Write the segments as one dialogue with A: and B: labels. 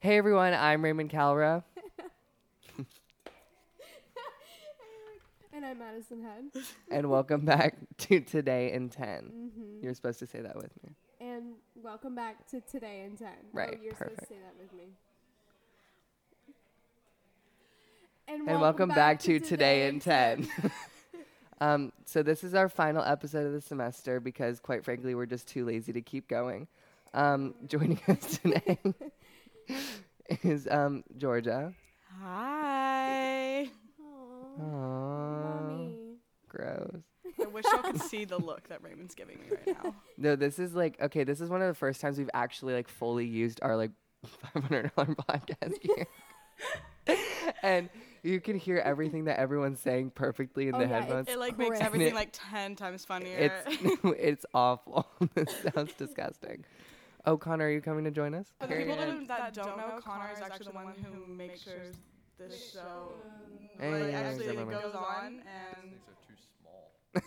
A: Hey everyone, I'm Raymond Calra.
B: And I'm Madison Head.
A: and welcome back to Today in 10. You're supposed to say that with me.
B: And welcome back to Today in 10.
A: Right,
B: Oh, you're supposed
A: perfect.
B: to say that with me.
A: And welcome back to Today in 10. um, so, this is our final episode of the semester because, quite frankly, we're just too lazy to keep going. Um, joining us today is um, Georgia.
C: Hi.
B: Aw,
A: Aww,
B: mommy.
A: gross.
C: I wish y'all could see the look that Raymond's giving me right now.
A: No, this is like, okay, this is one of the first times we've actually like fully used our like $500 podcast gear. and you can hear everything that everyone's saying perfectly in
B: Oh,
A: the
B: yeah,
A: headphones.
C: It like
B: Chris.
C: makes everything
A: It-
C: like ten times funnier.
A: It's it's awful. this sounds disgusting. Oh, Connor, are you coming to join us?
C: For the people
A: Period.
C: that, that don't know, Connor is actually the one who makes sure this show
A: Hey,
C: like,
A: yeah,
C: actually
A: exactly.
C: goes on and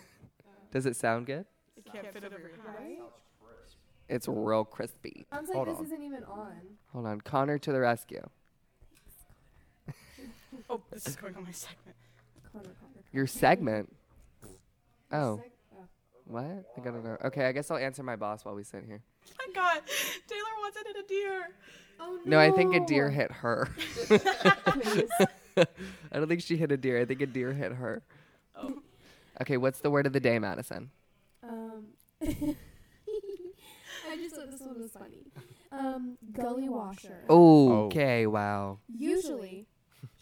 A: Does it sound good?
C: it can't fit over your head.
B: Right?
A: It's real crispy.
B: Sounds like
A: Hold
B: this
A: on.
B: isn't even on.
A: Hold on, Connor to the rescue.
C: Oh, this is going on my segment.
B: Connor, Connor.
A: Your segment. Oh,
B: Sec-
A: what? I gotta know. Okay, I guess I'll answer my boss while we sit here.
C: Oh my god, Taylor wants it in a deer.
B: Oh,
A: No, I think a deer hit her.
B: Please.
A: I don't think she hit a deer. I think a deer hit her.
C: Oh.
A: Okay, what's the word of the day, Madison?
B: Um, I just thought this one was funny. Um, gully washer.
A: Oh. okay, wow.
B: Usually,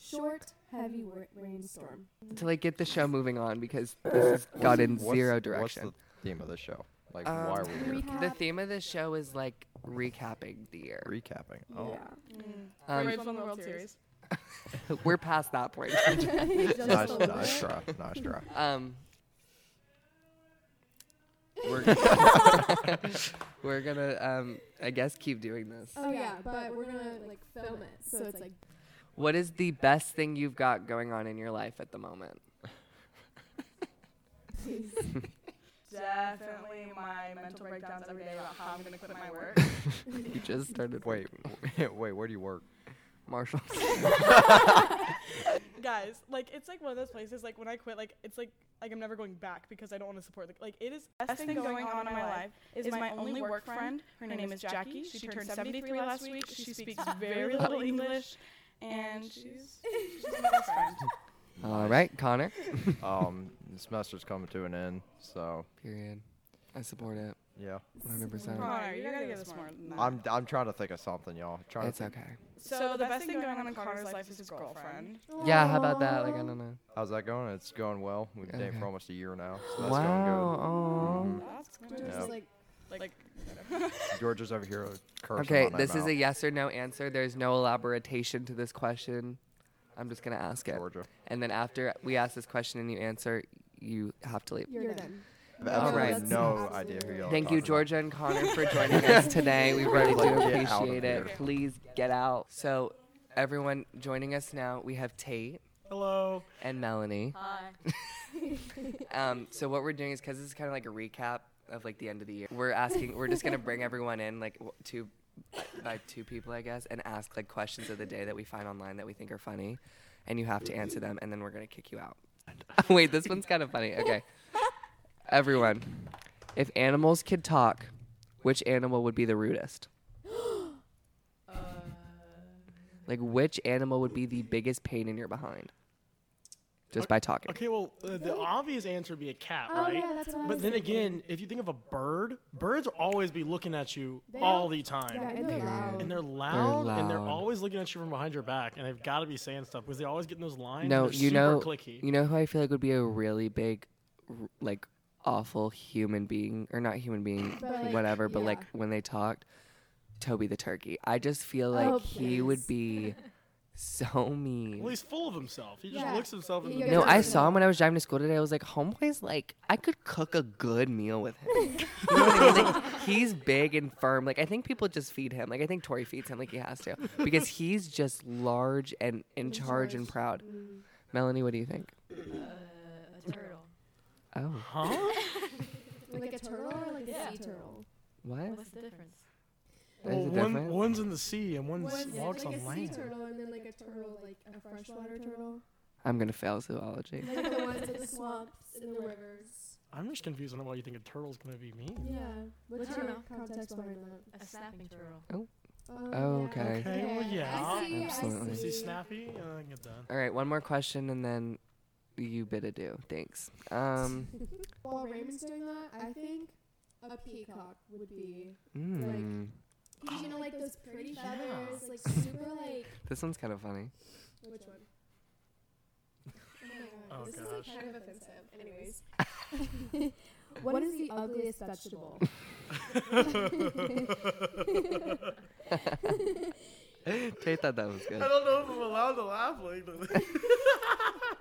B: short, heavy wa- rainstorm.
A: To like get the show moving on because this has got in zero direction.
D: What's the theme of the show? Like,
A: Um,
D: why are we here?
A: The
B: Recap.
A: theme of this show is like recapping the year.
D: Recapping. Oh,
B: Yeah.
A: Um,
C: Raymond's won the World Series.
A: we're past that point.
B: Just
D: nice,
B: a little
D: nice
B: bit.
D: try. Nice try.
A: um,
D: We're,
A: we're gonna, um, I guess, keep doing this.
B: Oh yeah, but we're gonna like film it, so it's like
A: What is the best thing you've got going on in your life at the moment?
B: please.
C: Definitely my mental breakdowns every day about how I'm gonna quit my work.
A: You just started.
D: wait, wait. Where do you work?
A: Marshall.
C: guys like it's like one of those places like when i quit like it's like like i'm never going back because i don't want to support like, like it is best thing going on in my life is my only work friend her name is jackie she turned 73 last week she speaks very little english and she's she's my best friend
A: All right, Connor.
D: Um, the semester's coming to an end, so
A: Period. I support it.
D: yeah.
A: 100%.
C: Connor, you gotta give us more than that.
D: I'm I'm trying to think of something, y'all. Trying
A: It's
D: to think.
A: okay.
C: so the best thing going on in connor's life is his girlfriend
A: Yeah, how about that? Like, I don't know.
D: How's that going? It's going well. We've been dating
A: Okay.
D: for almost a year now, so that's Mm-hmm.
A: Wow.
D: going
C: that's
B: George
D: Yeah.
B: is like,
C: like, like
D: good. Georgia's over here cursing.
A: Okay,
D: my name
A: this is
D: out.
A: a yes or no answer. There's no elaboration to this question. I'm just gonna ask it.
D: Georgia.
A: And then after we ask this question and you answer, you have to leave.
B: you're,
C: You're
B: done.
D: I have
A: Alright.
D: absolutely
A: That's
D: no
B: absolutely
D: idea who
B: right.
D: y'all. are
A: Thank you,
D: talking about.
A: Georgia and Connor, for joining us today. We really do
D: Like, get out of
A: appreciate it.
D: here.
A: Please get out. So, everyone joining us now, we have Tate
C: hello
A: and Melanie.
C: hi
A: Um, so what we're doing is because this is kind of like a recap of like the end of the year. We're asking. We're just gonna bring everyone in like w- two by two people, I guess, and ask like questions of the day that we find online that we think are funny, and you have to answer them, and then we're gonna kick you out. Wait, this one's kind of funny. Okay, everyone, if animals could talk, which animal would be the rudest? Like which animal would be the biggest pain in your behind? Just by talking.
E: Okay, well, uh, the obvious answer would be a cat,
B: Oh,
E: right?
B: yeah, that's what I was
E: but then
B: thinking.
E: again, if you think of a bird, birds will always be looking at you
B: They
E: all
B: don't-
E: the time.
B: Yeah, and they're loud.
E: And they're loud, and they're
A: loud.
E: always looking at you from behind your back, and they've got to be saying stuff because they always get in those lines.
A: No,
E: and they're
A: you
E: super
A: know,
E: clicky.
A: you know who I feel like would be a really big, r- like, awful human being or not human being,
B: But, like,
A: whatever. But
B: yeah.
A: like when they talked, Toby the turkey. I just feel like
B: Oh,
A: he would be so mean.
E: well, he's full of himself. He just
B: Yeah.
E: looks himself in
B: You
E: the
B: guys
A: no,
E: mirror.
B: are
A: I saw him when I was driving to school today. I was like, homeboy's like, I could cook a good meal with him. You know what I mean? Like, he's big and firm. Like, I think people just feed him. Like, I think Tori feeds him like he has to because he's just large and in charge and proud.
B: Mm.
A: Melanie, what do you think?
F: a turtle.
A: Oh,
E: Huh?
B: Like a turtle or like a sea turtle?
A: what?
F: What's the difference?
A: There's a
E: Well, one,
A: difference?
E: one's in the sea and one
B: One's
E: walks
B: like
E: on
B: a sea
E: land.
B: turtle and then like a turtle, like a freshwater turtle.
A: I'm gonna fail zoology.
B: Like the ones in the swamps and the rivers.
E: I'm just confused on why you think a turtle's gonna be mean.
B: Yeah. What's your
F: turtle?
B: context behind that?
F: A snapping turtle.
B: Um,
A: Oh,
B: yeah.
A: okay.
E: Okay, well, yeah.
B: I see.
A: Absolutely.
B: I
E: Is
B: see.
E: he snappy? Uh, I get that.
A: All right, one more question and then you bid adieu. Thanks. Um,
B: While Raymond's doing that, I think a peacock would be.
A: mm,
B: Because you know, Oh, like those pretty
E: Yeah.
B: feathers, like super, like.
A: this one's kind of funny.
B: Which one?
E: Oh,
B: this is
E: gosh.
B: like kind of offensive. Anyways. what is the ugliest vegetable?
A: Tate thought that was good.
E: don't know if I'm allowed to laugh like that.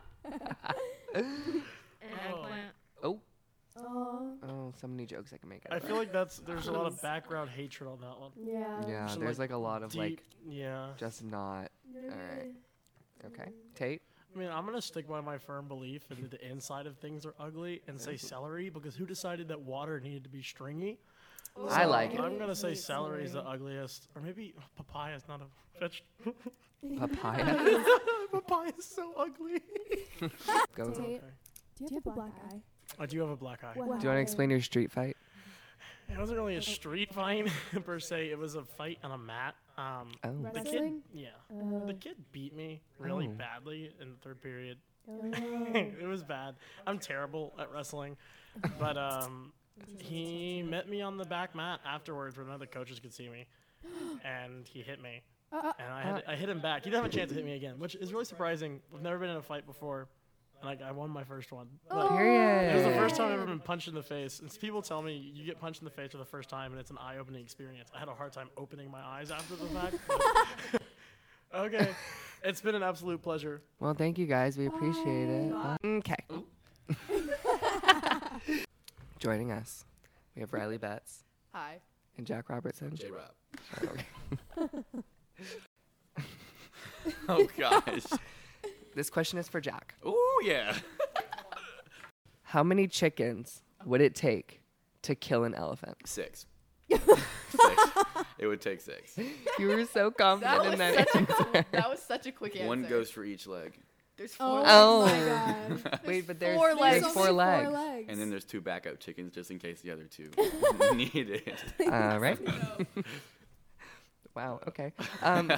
F: An
E: Oh.
F: eggplant.
A: Oh,
B: Oh,
A: oh, so many jokes I can make. Out
E: I
A: of
E: feel
A: that.
E: like that's there's a lot of background hatred on that one.
B: yeah.
A: yeah,
E: Some,
A: there's
E: like,
A: like a lot of
E: Deep,
A: like
E: yeah.
A: just not Alright. okay. Tate,
E: I mean, I'm gonna stick by my firm belief in that the inside of things are ugly and say celery because who decided that water needed to be stringy?
B: Oh,
A: I like it.
E: I'm gonna say celery is the ugliest, or maybe papaya is not a vegetable.
A: papaya.
E: papaya is so ugly.
A: Go. Do
B: Tate, do you have a black eye?
E: I do have a black eye.
B: Wow.
A: you want to explain your street fight?
E: It wasn't really a street fight per se. It was a fight on a mat. Um,
A: Oh,
E: the kid,
B: Wrestling?
E: yeah,
B: Oh.
E: the kid beat me really
A: Oh.
E: badly in the third period.
B: Oh.
E: it was bad. I'm terrible at wrestling, but um, he met me on the back mat afterwards, where none of the coaches could see me, and he hit me,
B: Uh,
E: and I had I hit him back. He didn't have a chance to hit me again, which is really surprising. I've never been in a fight before, and like I won my first one.
B: Oh.
E: Like,
A: period.
E: It was the first time I've ever been punched in the face. And people tell me you get punched in the face for the first time, and it's an eye-opening experience. I had a hard time opening my eyes after the fact. but- okay, it's been an absolute pleasure.
A: Well, thank you guys. We appreciate it. Okay. Joining us, we have Riley Betts.
G: Hi.
A: And Jack Robertson.
H: J Rob.
G: Oh gosh.
A: This question is for Jack.
G: oh yeah.
A: How many chickens would it take to kill an elephant?
H: Six. six. It would take six.
A: You were so confident in
G: That was,
A: that.
G: such a, qu- that was such a quick answer.
H: One goes for each leg,
G: There's four.
B: Oh,
A: Oh.
B: my god.
A: Wait, but there's
G: four
A: there's
G: legs.
B: There's
A: four
B: only
A: legs.
H: and then there's two backup chickens just in case the other two need it.
A: All right. wow. Okay. Um,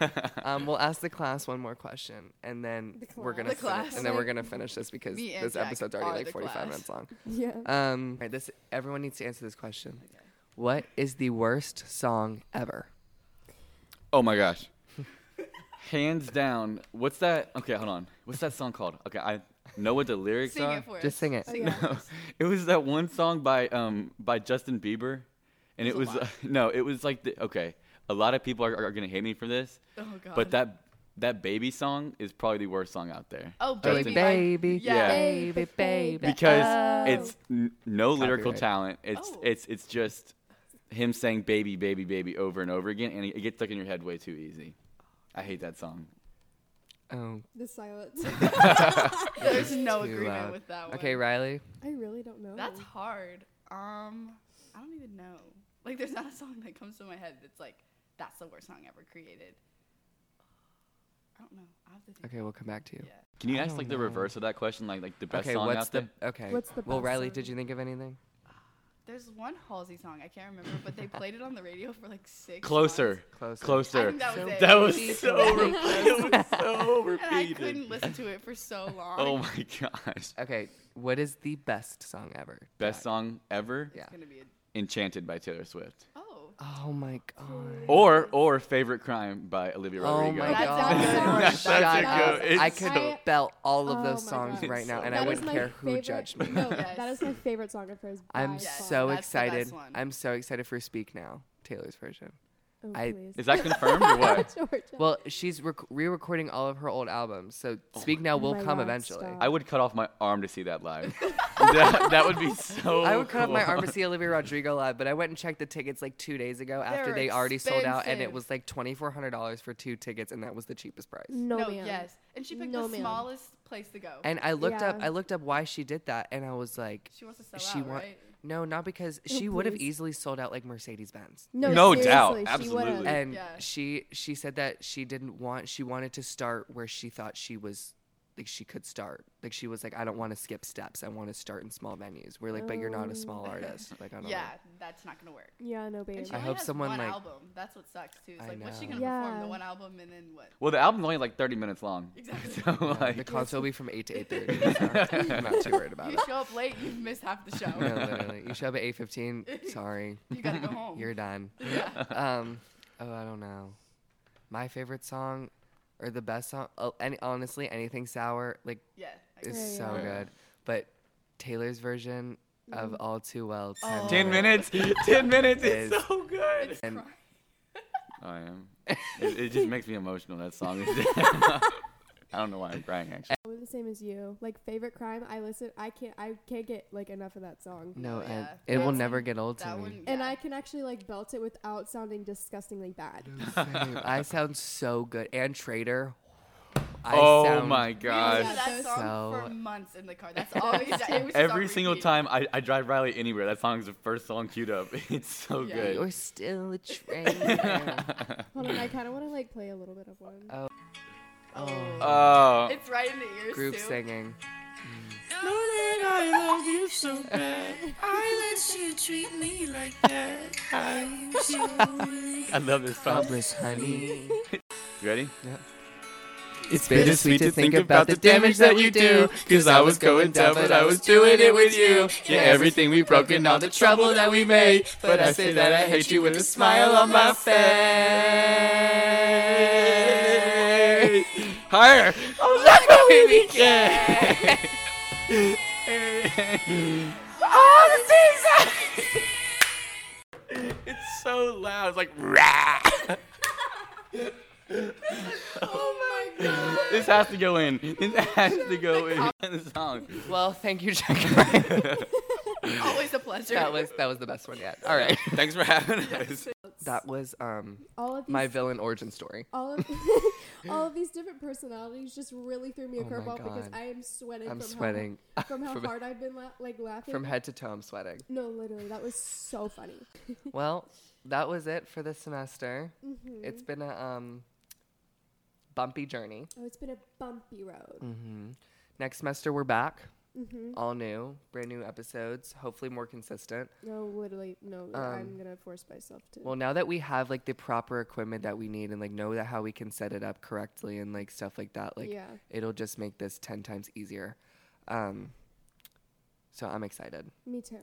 A: um, we'll ask the class one more question, and then
B: The
A: we're gonna
G: The
A: fini-
G: class.
A: and then we're gonna finish this because
G: Me and
A: this
G: Jack
A: episode's
G: are
A: already like
G: the
A: 45
G: class.
A: minutes long.
B: yeah.
A: Um, all right, this everyone needs to answer this question. What is the worst song ever?
H: Oh my gosh. Hands down. What's that? Okay, hold on. What's that song called? Okay, I know what the lyrics
G: Sing
H: are.
G: it for
A: Just
G: us.
A: sing it.
B: Oh, yeah.
H: it was that one song by um by Justin Bieber, and it
G: There's
H: was
G: a
H: uh, no, it was like the, okay. A lot of people are, are gonna hate me for this,
G: Oh god.
H: but that that baby song is probably the worst song out there.
G: Oh
H: Or like
G: baby. I-
A: baby,
G: yeah.
A: baby, baby.
H: because
A: Oh.
H: it's n- no lyrical
A: Copyright.
H: talent. It's
G: Oh.
H: it's it's just him saying baby, baby, baby over and over again, and it it gets stuck in your head way too easy. I hate that song.
A: Oh,
B: The silence.
G: There's no
A: too
G: agreement
A: loud.
G: with that one.
A: okay, Riley.
B: I really don't know.
G: That's hard. Oh. Um, I don't even know. Like, there's not a song that comes to my head that's like that's the worst song ever created. I don't know. I have to think.
A: Okay, we'll come back to you.
G: Yeah.
H: Can you
A: I
H: ask
A: don't
H: like the
A: know.
H: reverse of that question, like like the best
A: okay,
H: song
A: what's
H: out
A: the
H: there?
A: okay?
B: What's the
A: well,
B: best
A: Riley,
B: song?
A: did you think of anything?
G: There's one Halsey song I can't remember, but they played it on the radio for like six.
H: Closer,
A: Close.
G: months. I
H: closer.
G: think that was it.
H: That was
A: Please
H: so
A: don't.
H: re- that was so
G: and I
H: repeated.
G: couldn't listen to it for so long.
H: Oh my gosh!
A: Okay, what is the best song ever?
H: Best
A: Jack?
H: song ever,
A: Yeah.
G: It's gonna be a
H: "Enchanted" by Taylor Swift,
G: oh.
A: Oh my god.
H: or or "Favorite Crime" by Olivia
A: Oh
H: Rodrigo.
A: my
G: That's a
A: god.
G: good one.
H: That's a
A: Shut
H: good-
A: up.
H: it's
A: I could
B: so-
A: belt all of
B: Oh
A: those
B: my
A: songs
B: God.
A: right now,
H: So
A: and
B: That
A: I
B: is
A: wouldn't
B: my
A: care who
B: favorite-
A: judged me.
B: No,
G: Yes.
B: that is my favorite song of hers. by
A: I'm
G: Yes,
A: so
G: that's the best
A: excited.
G: one.
A: I'm so excited for Speak Now, Taylor's version.
B: Oh,
A: I-
B: please.
H: Is that confirmed or what?
B: Georgia.
A: Well, she's rec- re-recording all of her old albums, so Speak Now will
B: Oh my
A: come
B: God,
A: eventually.
B: stop.
H: I would cut off my arm to see that live. that, that would be so.
A: I would cut off my arm
H: Oh, cool.
A: to see Olivia Rodrigo live, but I went and checked the tickets like two days ago after
G: They're
A: they already sold out, and it
G: expensive.
A: was like twenty four hundred dollars for two tickets, and that was the cheapest price.
B: no,
G: No,
B: ma'am.
G: yes. And she picked
B: No,
G: the
B: ma'am.
G: smallest place to go.
A: And I looked up,
B: Yeah.
A: I looked up why she did that, and I was like,
G: she wants to sell
A: she
G: out,
A: want-
G: right?
A: No, not because
B: Oh,
A: she would have
B: please.
A: easily sold out like Mercedes Benz.
B: No,
H: No doubt,
B: seriously, she
H: absolutely.
B: would've.
A: And
G: Yeah.
A: she she said that she didn't want she wanted to start where she thought she was like she could start. Like she was like, I don't want to skip steps. I want to start in small venues. We're like, but you're not a small artist. Like I don't
G: Oh. Yeah,
A: know.
G: that's not gonna work.
B: Yeah, no, babe.
G: And she
A: I
G: only
A: hope
G: has
A: someone,
G: one
A: like-
G: album. That's what sucks too. It's
A: I
G: like what's she
A: know.
G: gonna perform?
B: Yeah.
G: The one album and then what?
H: Well, the album's only like 30 minutes long.
G: Exactly.
H: So
A: the
H: like,
A: concert will be from eight to eight thirty. I'm not too worried about
G: you
A: it.
G: show up late, you've missed half the show.
A: No, literally. You show up at eight fifteen. Sorry,
G: You gotta go home.
A: you're done.
G: yeah.
A: Um, oh, I don't know. My favorite song, or the best song. Oh, any, honestly, anything sour like
G: Yeah. I
A: is
G: guess.
A: so
H: Yeah.
A: good. But Taylor's version of All Too Well, 10
G: Oh.
H: 10 minutes. 10 minutes.
A: is-
H: It's so good.
G: It's
A: and-
G: crying.
H: I am. It, it just makes me emotional, that song. I don't know why I'm crying, actually.
B: Probably the same as you. Like favorite crime. I listen. I can't. I can't get like enough of that song.
A: No,
G: Oh,
A: and
G: yeah.
A: it will
G: That's-
A: never get old to
G: That
A: me.
G: one.
B: And
G: yeah.
B: I can actually like belt it without sounding disgustingly bad.
A: Same. I sound so good. And Trader. I
H: oh
A: sound-
H: my
G: We listened
H: gosh.
G: to that
B: Gosh.
G: song for
A: So-
G: months in the car. That's all we did. It was just on
H: Every single
G: repeat.
H: time I, I drive Riley anywhere, that song's the first song queued up. It's so
G: Yeah.
H: good.
A: You're still a trader.
B: Hold on, I kind of want to like play a little bit of one.
A: Oh.
G: Oh.
H: Oh,
G: it's right in the ears
A: Group
G: too.
A: singing.
I: I let you treat me like that. I used to.
H: I love this song.
A: Helpless honey.
H: You ready?
A: It's
H: bittersweet to think about the damage that you do. Cause I was going down, but I was doing it with you. Yeah, everything we broke and all the trouble that we made. But I say that I hate you with a smile on my face. Higher! I'm not going to be Oh, It's so loud. It's like, rah!
G: Oh my god.
H: This has to go in. This has to go in. the song.
A: Well, thank you, Jack. Uh,
G: Always a pleasure.
A: that was that was the best one yet. All right.
H: Thanks for having us.
A: That was um
B: All of these,
A: my villain origin story.
B: all of all of these different personalities just really threw me a
A: Oh my
B: curveball because
A: God.
B: I am sweating.
A: I'm
B: from
A: sweating
B: How, from how
A: From-
B: hard I've been la- like laughing.
A: from head to toe. I'm sweating.
B: no, literally, that was so funny.
A: Well, that was it for this semester. It's
B: Mm-hmm.
A: been a um bumpy journey.
B: Oh, it's been a bumpy road.
A: Mm. Next semester we're back.
B: Mm-hmm.
A: All new, brand new episodes, hopefully more consistent.
B: No, literally, no. I'm gonna force myself to.
A: Um, Well, now that we have like the proper equipment that we need and like know that how we can set it up correctly and like stuff like that, like
B: Yeah.
A: it'll just make this 10 times easier. Um so I'm excited
B: me too.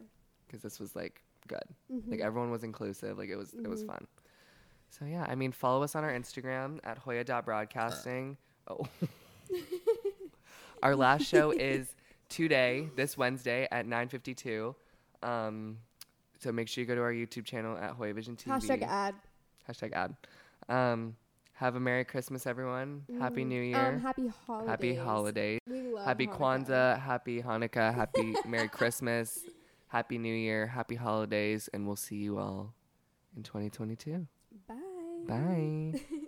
A: because this was like good.
B: Mm-hmm.
A: Like everyone was inclusive, like it was it was fun. So yeah, I mean follow us on our Instagram at hoya.broadcasting. Oh. our last show is today, this Wednesday at 9:52. Um so make sure you go to our YouTube channel at Hoya Vision TV.
B: Hashtag ad.
A: Hashtag ad. Um, have a Merry Christmas, everyone. Happy New Year.
B: Um, happy holidays.
A: happy holidays.
B: We love
A: Happy
B: Hanukkah.
A: Kwanzaa. Happy Hanukkah. Happy Merry Christmas. Happy New Year. Happy holidays. And we'll see you all in 2022.
B: Bye.
A: Bye.